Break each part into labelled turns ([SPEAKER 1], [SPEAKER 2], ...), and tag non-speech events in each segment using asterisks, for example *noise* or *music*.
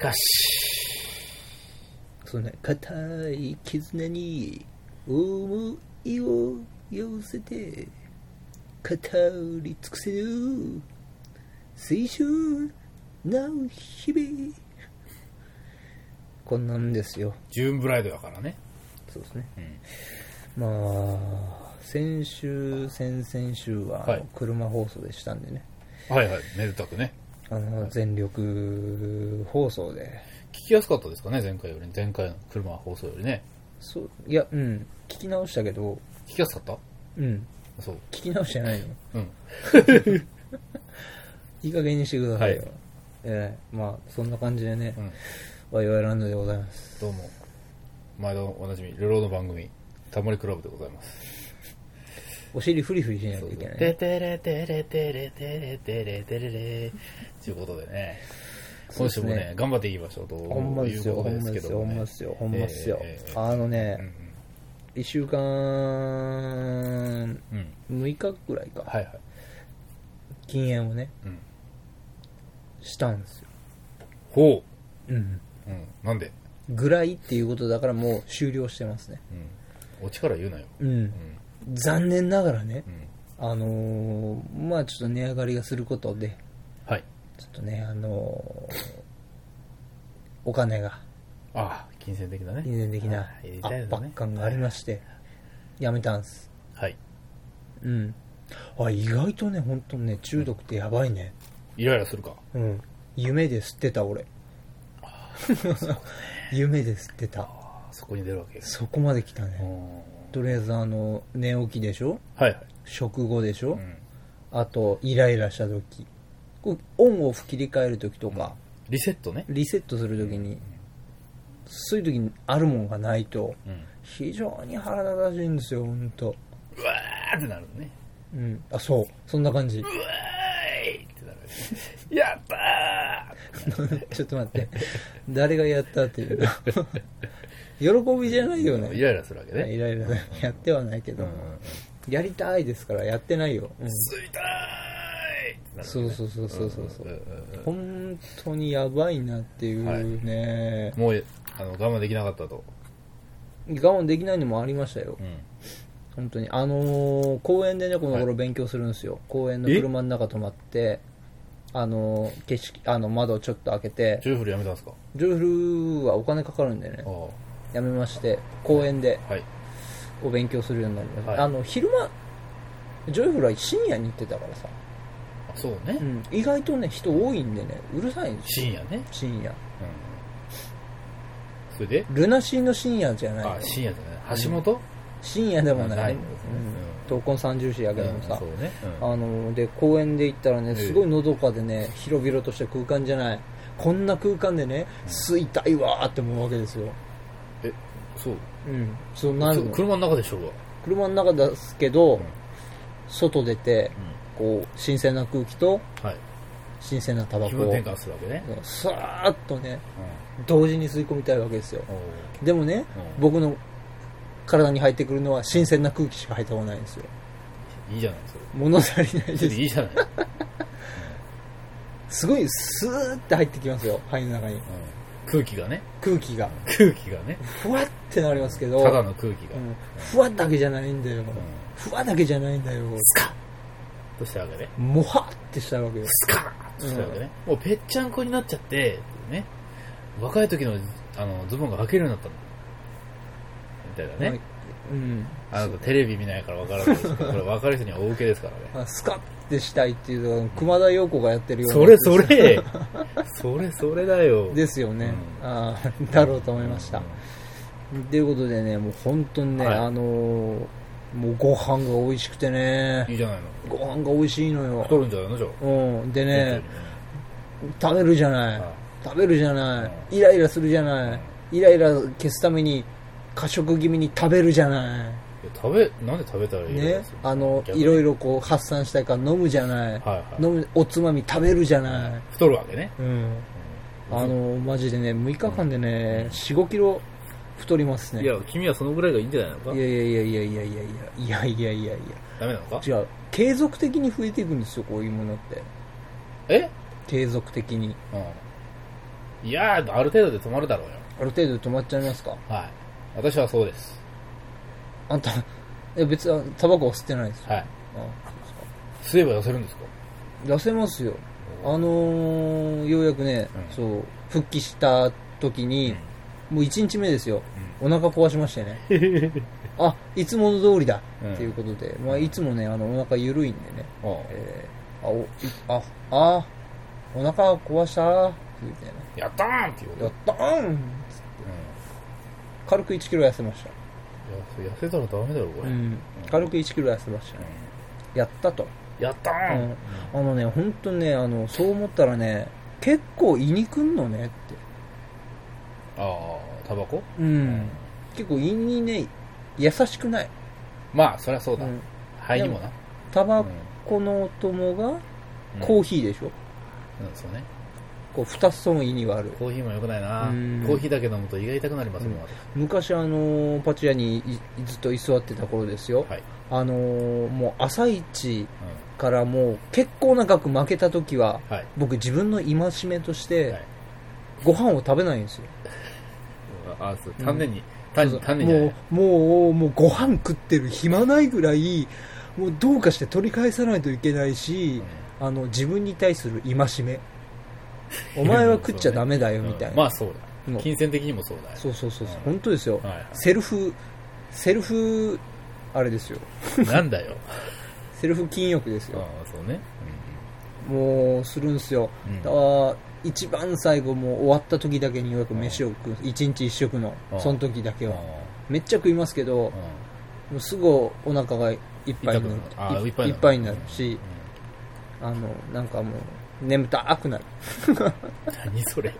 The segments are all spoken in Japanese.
[SPEAKER 1] かし、
[SPEAKER 2] そんな固い絆に思いを寄せて語り尽くせる青春な日々こんなんですよ
[SPEAKER 1] ジューンブライドだからね。
[SPEAKER 2] そうですね
[SPEAKER 1] うん。
[SPEAKER 2] まあ先週先々週は
[SPEAKER 1] はい
[SPEAKER 2] 車放送でしたんでね、
[SPEAKER 1] はいはい、めでたくね。
[SPEAKER 2] あの全力放送で
[SPEAKER 1] 聞きやすかったですかね、前回より。前回の車放送よりね。
[SPEAKER 2] そういやうん聞き直したけど
[SPEAKER 1] 聞きやすかっ
[SPEAKER 2] うん
[SPEAKER 1] たそう。
[SPEAKER 2] 聞き直してないの
[SPEAKER 1] うん。
[SPEAKER 2] いい加減にしてくださいよ。
[SPEAKER 1] はい
[SPEAKER 2] ええまあ、そんな感じでね
[SPEAKER 1] う、ん。
[SPEAKER 2] ワイワイランドでございます。
[SPEAKER 1] どうも。毎度おなじみ、流浪の番組、タモリクラブでございます。
[SPEAKER 2] お尻フリフリしない
[SPEAKER 1] そ
[SPEAKER 2] と
[SPEAKER 1] う
[SPEAKER 2] い
[SPEAKER 1] そ
[SPEAKER 2] け
[SPEAKER 1] う
[SPEAKER 2] ない
[SPEAKER 1] て
[SPEAKER 2] ね。
[SPEAKER 1] てれてれてれてれてれてれれ。ということでね、今週も
[SPEAKER 2] そうです
[SPEAKER 1] ね、頑張っていきましょうと
[SPEAKER 2] ほんま
[SPEAKER 1] い
[SPEAKER 2] です
[SPEAKER 1] う
[SPEAKER 2] よ、
[SPEAKER 1] こ
[SPEAKER 2] ほ
[SPEAKER 1] と
[SPEAKER 2] ん
[SPEAKER 1] で
[SPEAKER 2] ます
[SPEAKER 1] け
[SPEAKER 2] です
[SPEAKER 1] ど
[SPEAKER 2] よ、
[SPEAKER 1] も
[SPEAKER 2] ほん
[SPEAKER 1] ね
[SPEAKER 2] まですよ、ほんまですよ
[SPEAKER 1] ええ。
[SPEAKER 2] あの
[SPEAKER 1] うん
[SPEAKER 2] ね、一週間、
[SPEAKER 1] うんうん。
[SPEAKER 2] 6日ぐらいか、
[SPEAKER 1] はいはい。
[SPEAKER 2] 禁煙をね、
[SPEAKER 1] うん。
[SPEAKER 2] したんですよ。
[SPEAKER 1] ほ
[SPEAKER 2] うん。
[SPEAKER 1] う。うん。なんで
[SPEAKER 2] ぐらいっていうことだからもう終了してますね。
[SPEAKER 1] うん。オチから言うなよ。
[SPEAKER 2] う。
[SPEAKER 1] うんん。
[SPEAKER 2] 残念ながらね
[SPEAKER 1] う、ん。
[SPEAKER 2] あのーまあちょっと値上がりがすることで、
[SPEAKER 1] はい。
[SPEAKER 2] ちょっとね、あのーお金が、
[SPEAKER 1] ああ、金銭的なね。
[SPEAKER 2] 人間的な
[SPEAKER 1] はい入れたい
[SPEAKER 2] 圧
[SPEAKER 1] のね
[SPEAKER 2] 迫感がありまして、やめたんです。
[SPEAKER 1] はい。
[SPEAKER 2] うん。あ、意外とね、本当にね、中毒ってやばいね。
[SPEAKER 1] イライラするか。
[SPEAKER 2] うん。夢で吸ってた、俺。 *laughs* 夢で吸ってた。
[SPEAKER 1] ああ、そこに出るわけです。
[SPEAKER 2] そこまで来た
[SPEAKER 1] う
[SPEAKER 2] ね。
[SPEAKER 1] ん。は
[SPEAKER 2] とりあえず、あの、寝起きでしょ
[SPEAKER 1] いはい。
[SPEAKER 2] 食後でしょ、
[SPEAKER 1] うん。
[SPEAKER 2] あと、イライラした時。こうオンオフ切り替える時とか、
[SPEAKER 1] リセットね。
[SPEAKER 2] リセットする時に、そういう時にあるもんがないと、
[SPEAKER 1] うん。
[SPEAKER 2] 非常に腹立たしいんですよ、ほんと。
[SPEAKER 1] うわーってなるのね。
[SPEAKER 2] うん。あ、そう。そんな感じ。
[SPEAKER 1] うわーいってなる、ね。やったー
[SPEAKER 2] *laughs* ちょっと待って。誰がやったっていう *laughs* の喜びじゃないよね。
[SPEAKER 1] イライラするわけ
[SPEAKER 2] イ
[SPEAKER 1] ね。
[SPEAKER 2] ライラやってはないけ
[SPEAKER 1] う
[SPEAKER 2] ど、
[SPEAKER 1] んうんうん。
[SPEAKER 2] やりたいですからやってないよ。うん
[SPEAKER 1] ついたーいってなる
[SPEAKER 2] そうそうそうそうそう。
[SPEAKER 1] うんうんうん
[SPEAKER 2] 本当にやばいなっていうね、
[SPEAKER 1] もう、あの、我慢できなかったと。
[SPEAKER 2] 我慢できないのもありましたよ
[SPEAKER 1] う。ん。
[SPEAKER 2] 本当に。あのー公園でね、この
[SPEAKER 1] は
[SPEAKER 2] 頃
[SPEAKER 1] い
[SPEAKER 2] 勉強するんですよ。公園の車の中止まって、あのー景色、あの、窓をちょっと開けて、
[SPEAKER 1] ジューフルやめたんですか
[SPEAKER 2] ジョーフルはお金かかるんでね
[SPEAKER 1] ああ、。
[SPEAKER 2] やめまして、公園で。
[SPEAKER 1] はい。
[SPEAKER 2] を勉強するようになりました、
[SPEAKER 1] はい
[SPEAKER 2] あの昼間ジョイフルは深夜に行ってたからさ、
[SPEAKER 1] あそうね
[SPEAKER 2] う。ん、意外とね人多いんでねうるさいんですよ
[SPEAKER 1] 深夜ね。
[SPEAKER 2] 深夜
[SPEAKER 1] それで、
[SPEAKER 2] ルナシーの深夜じゃない
[SPEAKER 1] あ
[SPEAKER 2] よ、
[SPEAKER 1] 深夜だね。橋本
[SPEAKER 2] 深夜でも
[SPEAKER 1] な
[SPEAKER 2] ないい、
[SPEAKER 1] のね
[SPEAKER 2] うん闘魂三重視やけども
[SPEAKER 1] うん
[SPEAKER 2] さ
[SPEAKER 1] そう、ね。うん
[SPEAKER 2] あので公園で行ったらねすごいのどかでね広々とした空間じゃないこんな空間でね吸いたいわーって思うわけですよ
[SPEAKER 1] え、そう。
[SPEAKER 2] うんそうなる
[SPEAKER 1] ちょ
[SPEAKER 2] の
[SPEAKER 1] 車の中でしょうが。
[SPEAKER 2] 車の中ですけど、
[SPEAKER 1] ん
[SPEAKER 2] 外出てこう新鮮な空気と
[SPEAKER 1] はい。
[SPEAKER 2] 新鮮なタバ
[SPEAKER 1] 気
[SPEAKER 2] コ
[SPEAKER 1] 分
[SPEAKER 2] を
[SPEAKER 1] 転換するわけね。
[SPEAKER 2] さーっとね同時に吸い込みたいわけですよ
[SPEAKER 1] うんお
[SPEAKER 2] でもね、
[SPEAKER 1] うん
[SPEAKER 2] 僕の体に入ってくるのは新鮮な空気しか入ってこないんですよ
[SPEAKER 1] ーいいじゃない、それ。
[SPEAKER 2] 物足りない
[SPEAKER 1] そ
[SPEAKER 2] で
[SPEAKER 1] れでい
[SPEAKER 2] す
[SPEAKER 1] いじゃない。
[SPEAKER 2] すごいスーって入ってきますよ肺の中に
[SPEAKER 1] うん空気がね。
[SPEAKER 2] 空気が
[SPEAKER 1] 空気がね。
[SPEAKER 2] ふわってなりますけど
[SPEAKER 1] ただの空気が
[SPEAKER 2] う。んふわだけじゃないんだよ、ふわだけじゃないんだよ
[SPEAKER 1] スカッとしたわけね。
[SPEAKER 2] もはってしたわけよ
[SPEAKER 1] スカッとしたわけね。もうぺっちゃんこになっちゃって、ね。若い時の、あの、ズボンが履けるようになったの。みたいなね。
[SPEAKER 2] うん
[SPEAKER 1] あのテレビ見ないから分からないですけど、これ分かる人には大受けですからね。
[SPEAKER 2] あスカッてしたいっていうのは熊田曜子がやってるような
[SPEAKER 1] それそれ *laughs* それそれだよ。
[SPEAKER 2] ですよね、
[SPEAKER 1] う
[SPEAKER 2] ああだろうと思いました、ということでね、もう本当にね、
[SPEAKER 1] はい
[SPEAKER 2] あのーもうご飯が美味しくて
[SPEAKER 1] いい
[SPEAKER 2] ね、
[SPEAKER 1] じゃないの。
[SPEAKER 2] ご飯が美味しいの
[SPEAKER 1] 太
[SPEAKER 2] よ。
[SPEAKER 1] るんじゃないのじゃ
[SPEAKER 2] うん、で
[SPEAKER 1] あ。
[SPEAKER 2] ね、食べるじゃない
[SPEAKER 1] はい。
[SPEAKER 2] 食べるじゃない。イライラするじゃない。イライラ消すために、過食気味に食べるじゃない
[SPEAKER 1] や食べ、なんで食べたらい
[SPEAKER 2] い。
[SPEAKER 1] いの
[SPEAKER 2] ね、あの、
[SPEAKER 1] 逆に
[SPEAKER 2] いろいろこう発散したいから飲むじゃない。
[SPEAKER 1] はいはい
[SPEAKER 2] 飲む、おつまみ食べるじゃない。
[SPEAKER 1] 太るわけね。
[SPEAKER 2] うん。あの、マジでね、6日間でね、4、5キロ太りますね。
[SPEAKER 1] いや、君はそのぐらいがいいんじゃないのか
[SPEAKER 2] いやいやいやいやいやいやいやいやいやいやいや。
[SPEAKER 1] ダメなのか
[SPEAKER 2] 違う継続的に増えていくんですよこういうものって
[SPEAKER 1] え
[SPEAKER 2] 継続的に
[SPEAKER 1] うん。いやー、ある程度で止まるだろうよ。
[SPEAKER 2] ある程度止まっちゃいますか
[SPEAKER 1] はい。私はそうです。
[SPEAKER 2] あんた、え、別にタバコは吸ってないです。
[SPEAKER 1] はい。
[SPEAKER 2] あそうですか
[SPEAKER 1] 吸えば痩せるんですか
[SPEAKER 2] 痩せますよ。あのー、ようやくね、
[SPEAKER 1] うん
[SPEAKER 2] そう、復帰した時に、もう1日目ですよ、お腹壊しましてね。
[SPEAKER 1] *laughs*
[SPEAKER 2] あ、いつもの通りだ、
[SPEAKER 1] うん
[SPEAKER 2] っていうことで、まあ、いつもね、あの、お腹緩いんでね、
[SPEAKER 1] おう
[SPEAKER 2] えー、あ、お、いあ、あ、お腹壊したー、みたい
[SPEAKER 1] やったーんっていうこと
[SPEAKER 2] な。やったーん軽く1キロ痩せました。
[SPEAKER 1] うんいや。痩せたらダメだろ、こ
[SPEAKER 2] う
[SPEAKER 1] れ。
[SPEAKER 2] ん。軽く1キロ痩せました。
[SPEAKER 1] う
[SPEAKER 2] やったと。
[SPEAKER 1] んやったーん、
[SPEAKER 2] うんあのね、ほんとね、あの、そう思ったらね、結構胃にくんのねって。
[SPEAKER 1] ああ、タバコ
[SPEAKER 2] うん。結構胃にね、優しくない。
[SPEAKER 1] まあ、そりゃそう
[SPEAKER 2] う
[SPEAKER 1] だ。
[SPEAKER 2] ん。
[SPEAKER 1] 肺にもな。
[SPEAKER 2] タ
[SPEAKER 1] う
[SPEAKER 2] バ
[SPEAKER 1] ん
[SPEAKER 2] コのお供がコーヒーでしょ、
[SPEAKER 1] うんうんそうね。
[SPEAKER 2] こう、二つとも胃に悪い。
[SPEAKER 1] コーヒーも良くないな
[SPEAKER 2] うん
[SPEAKER 1] コーヒーだけ飲むと胃が痛くなりますもん、
[SPEAKER 2] うん
[SPEAKER 1] 私
[SPEAKER 2] 昔、あのーパチ屋にいずっと居座ってた頃ですよ。
[SPEAKER 1] はい。
[SPEAKER 2] あのーもう朝一からもう結構な額負けた時は、
[SPEAKER 1] うんはい。
[SPEAKER 2] 僕自分の戒めとして、
[SPEAKER 1] はい
[SPEAKER 2] ご飯を食べないんですよ。
[SPEAKER 1] あ、そう、丹念に。単に、単にじゃない
[SPEAKER 2] も、
[SPEAKER 1] う
[SPEAKER 2] もう、もうご飯食ってる暇ないぐらい、もうどうかして取り返さないといけないし、あの、自分に対する戒め。お前は食っちゃダメだよ、
[SPEAKER 1] うん
[SPEAKER 2] みたい
[SPEAKER 1] *laughs* ま
[SPEAKER 2] な。
[SPEAKER 1] あ、そう
[SPEAKER 2] も
[SPEAKER 1] だ。
[SPEAKER 2] う
[SPEAKER 1] 金銭的にもそうだよ。
[SPEAKER 2] そうそうそうそう
[SPEAKER 1] うん、
[SPEAKER 2] 本当ですよ。
[SPEAKER 1] は
[SPEAKER 2] セルフ、セルフ、あれですよ。
[SPEAKER 1] い。なんだよ。
[SPEAKER 2] セルフ禁欲です
[SPEAKER 1] あ
[SPEAKER 2] よ。
[SPEAKER 1] あ、そうね。
[SPEAKER 2] もう、するんですよ。
[SPEAKER 1] うんうん
[SPEAKER 2] だから一番最後もう終わった時だけにようやく飯を食う。一日一食の
[SPEAKER 1] う、ん
[SPEAKER 2] その時だけ
[SPEAKER 1] うん
[SPEAKER 2] は。めっちゃ食いますけど、もうすぐお腹がいっぱいに
[SPEAKER 1] 痛くなる
[SPEAKER 2] な
[SPEAKER 1] あ
[SPEAKER 2] る
[SPEAKER 1] い
[SPEAKER 2] い
[SPEAKER 1] っぱいになる
[SPEAKER 2] いっぱいになるし、あのなんかもう眠たくなる
[SPEAKER 1] 何それ。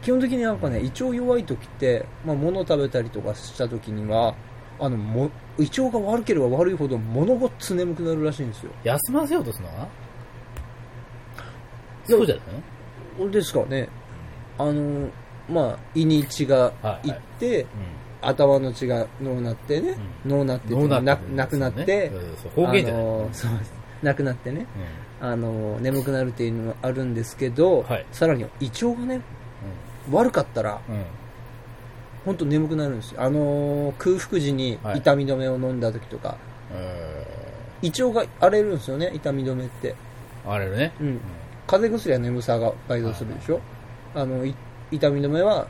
[SPEAKER 2] 基本的になんかね胃腸弱い時って、まあ、物食べたりとかした時にはあのも胃腸が悪ければ悪いほど物ごっつ眠くなるらしいんですよ
[SPEAKER 1] 休ませようとするのかなそうじゃないの
[SPEAKER 2] 俺ですからねあのまあ胃に血が
[SPEAKER 1] はい
[SPEAKER 2] 行
[SPEAKER 1] はい
[SPEAKER 2] って、頭の血が脳なってね、脳なって
[SPEAKER 1] うん。脳
[SPEAKER 2] な
[SPEAKER 1] な
[SPEAKER 2] な
[SPEAKER 1] っ
[SPEAKER 2] くなって、
[SPEAKER 1] そう
[SPEAKER 2] あ
[SPEAKER 1] 方言じゃない
[SPEAKER 2] のそうなくなってね
[SPEAKER 1] うん
[SPEAKER 2] あの眠くなるっていうのもあるんですけど、
[SPEAKER 1] はい
[SPEAKER 2] さらに胃腸がね悪かったら
[SPEAKER 1] うんうん
[SPEAKER 2] 本当眠くなるんですよあのー空腹時に
[SPEAKER 1] はい
[SPEAKER 2] 痛み止めを飲んだ時とか、
[SPEAKER 1] え
[SPEAKER 2] 胃腸が荒れるんですよね痛み止めって、
[SPEAKER 1] ーあれね。
[SPEAKER 2] うん風邪薬は眠さが倍増するでしょ、あのい痛み止めは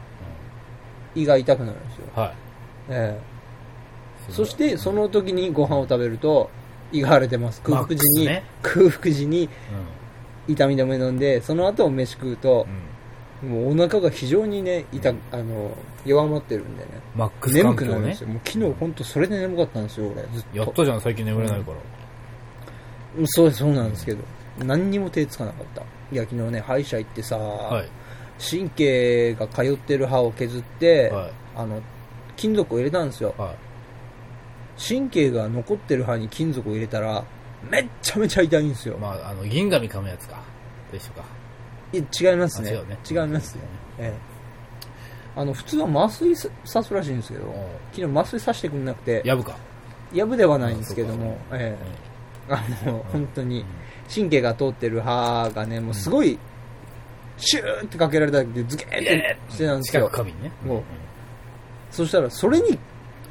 [SPEAKER 2] 胃が痛くなるんですよ、
[SPEAKER 1] は
[SPEAKER 2] ええ
[SPEAKER 1] い。
[SPEAKER 2] そし
[SPEAKER 1] う
[SPEAKER 2] て
[SPEAKER 1] ん
[SPEAKER 2] そ、の時にご飯を食べると胃が荒れてます空腹時に、
[SPEAKER 1] マック
[SPEAKER 2] 空腹時に
[SPEAKER 1] う
[SPEAKER 2] 痛み止め飲んでその後飯食うと
[SPEAKER 1] んう、ん
[SPEAKER 2] もうお腹が非常にね痛くあの弱まってるんでね
[SPEAKER 1] マックス
[SPEAKER 2] 眠
[SPEAKER 1] 環
[SPEAKER 2] く
[SPEAKER 1] 境
[SPEAKER 2] なるんで
[SPEAKER 1] ね
[SPEAKER 2] す。よ。もう昨日本当それで眠かったんですよ、俺。ずっと。
[SPEAKER 1] やったじゃん、最近眠れないから。
[SPEAKER 2] うんそうそうなんですけど。何にも手つかなかった。いや、昨日ね、歯医者行ってさ、
[SPEAKER 1] はい。
[SPEAKER 2] 神経が通ってる歯を削って、
[SPEAKER 1] はい。
[SPEAKER 2] あの、金属を入れたんですよ。
[SPEAKER 1] はい。
[SPEAKER 2] 神経が残ってる歯に金属を入れたら、めっちゃめちゃ痛いんですよ。
[SPEAKER 1] まあ、あの、銀紙噛むやつか。と一緒か。
[SPEAKER 2] いや違います
[SPEAKER 1] あ
[SPEAKER 2] ね。
[SPEAKER 1] 違うね
[SPEAKER 2] 違いますね。ええあの、普通は麻酔さ刺すらしいんですけど、昨日麻酔刺してくれなくて、
[SPEAKER 1] やぶか。
[SPEAKER 2] やぶではないんですけど
[SPEAKER 1] あ
[SPEAKER 2] も、
[SPEAKER 1] そうか
[SPEAKER 2] ええあの、本当
[SPEAKER 1] うん
[SPEAKER 2] に、神経が通ってる歯がね、もうすごい、シューってかけられただけでズケーってしてたんです
[SPEAKER 1] 近
[SPEAKER 2] よ
[SPEAKER 1] く。紙にね。
[SPEAKER 2] もうんそしたら、それに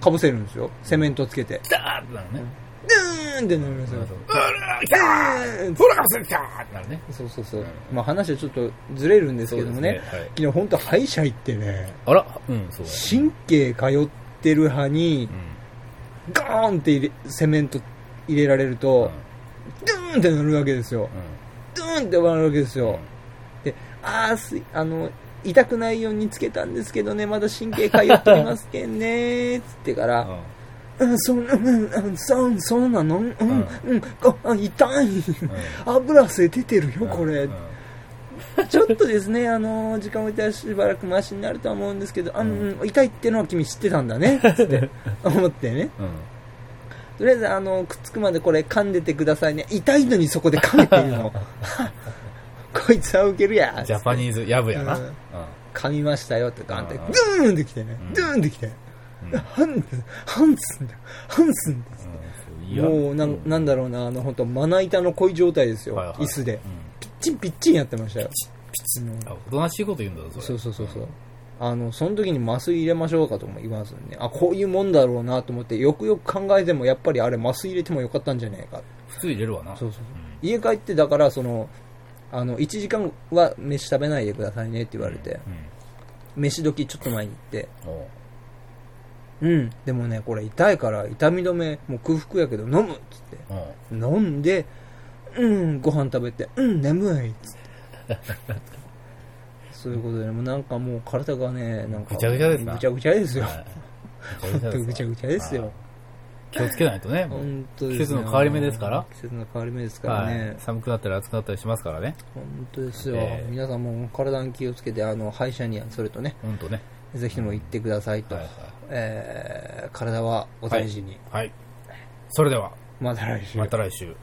[SPEAKER 2] かぶせるんですよ。セメントつけて。
[SPEAKER 1] 来たーってなるね。
[SPEAKER 2] ドゥーンってなるんです
[SPEAKER 1] そう
[SPEAKER 2] よ
[SPEAKER 1] そう。うわー来た
[SPEAKER 2] う
[SPEAKER 1] ー
[SPEAKER 2] ん
[SPEAKER 1] ほら、かす来たーってなるね。。
[SPEAKER 2] そうそうそううんまあ話はちょっとずれるんですけどもね、
[SPEAKER 1] そうですねはい
[SPEAKER 2] 昨日本当歯医者行ってね、
[SPEAKER 1] あら、うん、そうだね
[SPEAKER 2] 神経通ってる歯に
[SPEAKER 1] う、ん
[SPEAKER 2] ガーンって入れセメント入れられる
[SPEAKER 1] うん
[SPEAKER 2] と、ドゥーンってなるわけですよ。ドゥーンってなるわけですよ。で、あーすい、あの、痛くないようにつけたんですけどね、まだ神経通っていますけんねー、つってか
[SPEAKER 1] う
[SPEAKER 2] ら、
[SPEAKER 1] ん
[SPEAKER 2] うん、そん、うん、うん、そう、そうなのうん、
[SPEAKER 1] ん
[SPEAKER 2] うん、あ、痛い。油汗出てるよ、これ
[SPEAKER 1] うん。
[SPEAKER 2] ちょっとですね、あのー、時間置いたらしばらくマシになるとは思うんですけど、あうん、痛いってのは君知ってたんだね、つ
[SPEAKER 1] *laughs*
[SPEAKER 2] って、思ってね。
[SPEAKER 1] うん
[SPEAKER 2] とりあえず、あの、くっつくまでこれ噛んでてくださいね。痛いのにそこで噛めてる
[SPEAKER 1] *laughs*
[SPEAKER 2] の。こいつはウケるや。つって
[SPEAKER 1] ジャパニーズ、やぶやな。
[SPEAKER 2] うん
[SPEAKER 1] うん
[SPEAKER 2] 噛みましたよってガンって、
[SPEAKER 1] うん
[SPEAKER 2] ドゥーンってきてね
[SPEAKER 1] うん。
[SPEAKER 2] ドゥーンってきて。
[SPEAKER 1] うん
[SPEAKER 2] ハン、ハンスンだ。ハンスンだ。
[SPEAKER 1] うんいや
[SPEAKER 2] もうなん、なんだろうな、あの、本当まな板の濃い状態ですよ。
[SPEAKER 1] はいはい
[SPEAKER 2] 椅子で
[SPEAKER 1] う。ん
[SPEAKER 2] ピッチンピッチンやってましたよ。
[SPEAKER 1] ピきつ
[SPEAKER 2] うん
[SPEAKER 1] あおとなしいこと言うんだぞ、そ
[SPEAKER 2] そ
[SPEAKER 1] れ。
[SPEAKER 2] うそうそうそう。あの、その時に麻酔入れましょうかとも言わずにね、あ、こういうもんだろうなと思って、よくよく考えても、やっぱりあれ麻酔入れてもよかったんじゃねえか。
[SPEAKER 1] 普通入れるわな。
[SPEAKER 2] そうそうそう。家帰って、だから、その、あの、1時間は飯食べないでくださいねって言われて、
[SPEAKER 1] うん。
[SPEAKER 2] 飯時ちょっと前に行って、
[SPEAKER 1] おう
[SPEAKER 2] うん、でもね、これ痛いから、痛み止め、もう空腹やけど飲むっつって。
[SPEAKER 1] おう
[SPEAKER 2] 飲んで、うん、ご飯食べて、うん、眠いっつって。
[SPEAKER 1] *laughs*
[SPEAKER 2] そういうことで、もうなんかもう体がね、なんか。
[SPEAKER 1] ぐちゃぐちゃですな
[SPEAKER 2] ぐちゃぐちゃですよ。
[SPEAKER 1] はい
[SPEAKER 2] 本 *laughs* 当ぐちゃぐちゃですよ。。
[SPEAKER 1] 気をつけないとね、もう
[SPEAKER 2] 本当です
[SPEAKER 1] 季
[SPEAKER 2] ね
[SPEAKER 1] 節の変わり目ですから。
[SPEAKER 2] 季節の変わり目ですから
[SPEAKER 1] は
[SPEAKER 2] ね。
[SPEAKER 1] い。寒くなったり暑くなったりしますからね。
[SPEAKER 2] 本当ですよ。
[SPEAKER 1] ええ
[SPEAKER 2] 皆さんも体に気をつけて、あの、歯医者にはそれとね、
[SPEAKER 1] うんとね。
[SPEAKER 2] ぜひとも行ってくださいと。
[SPEAKER 1] はいはい
[SPEAKER 2] えー体はお大事に。
[SPEAKER 1] はい。それでは、
[SPEAKER 2] また来週。
[SPEAKER 1] また来週。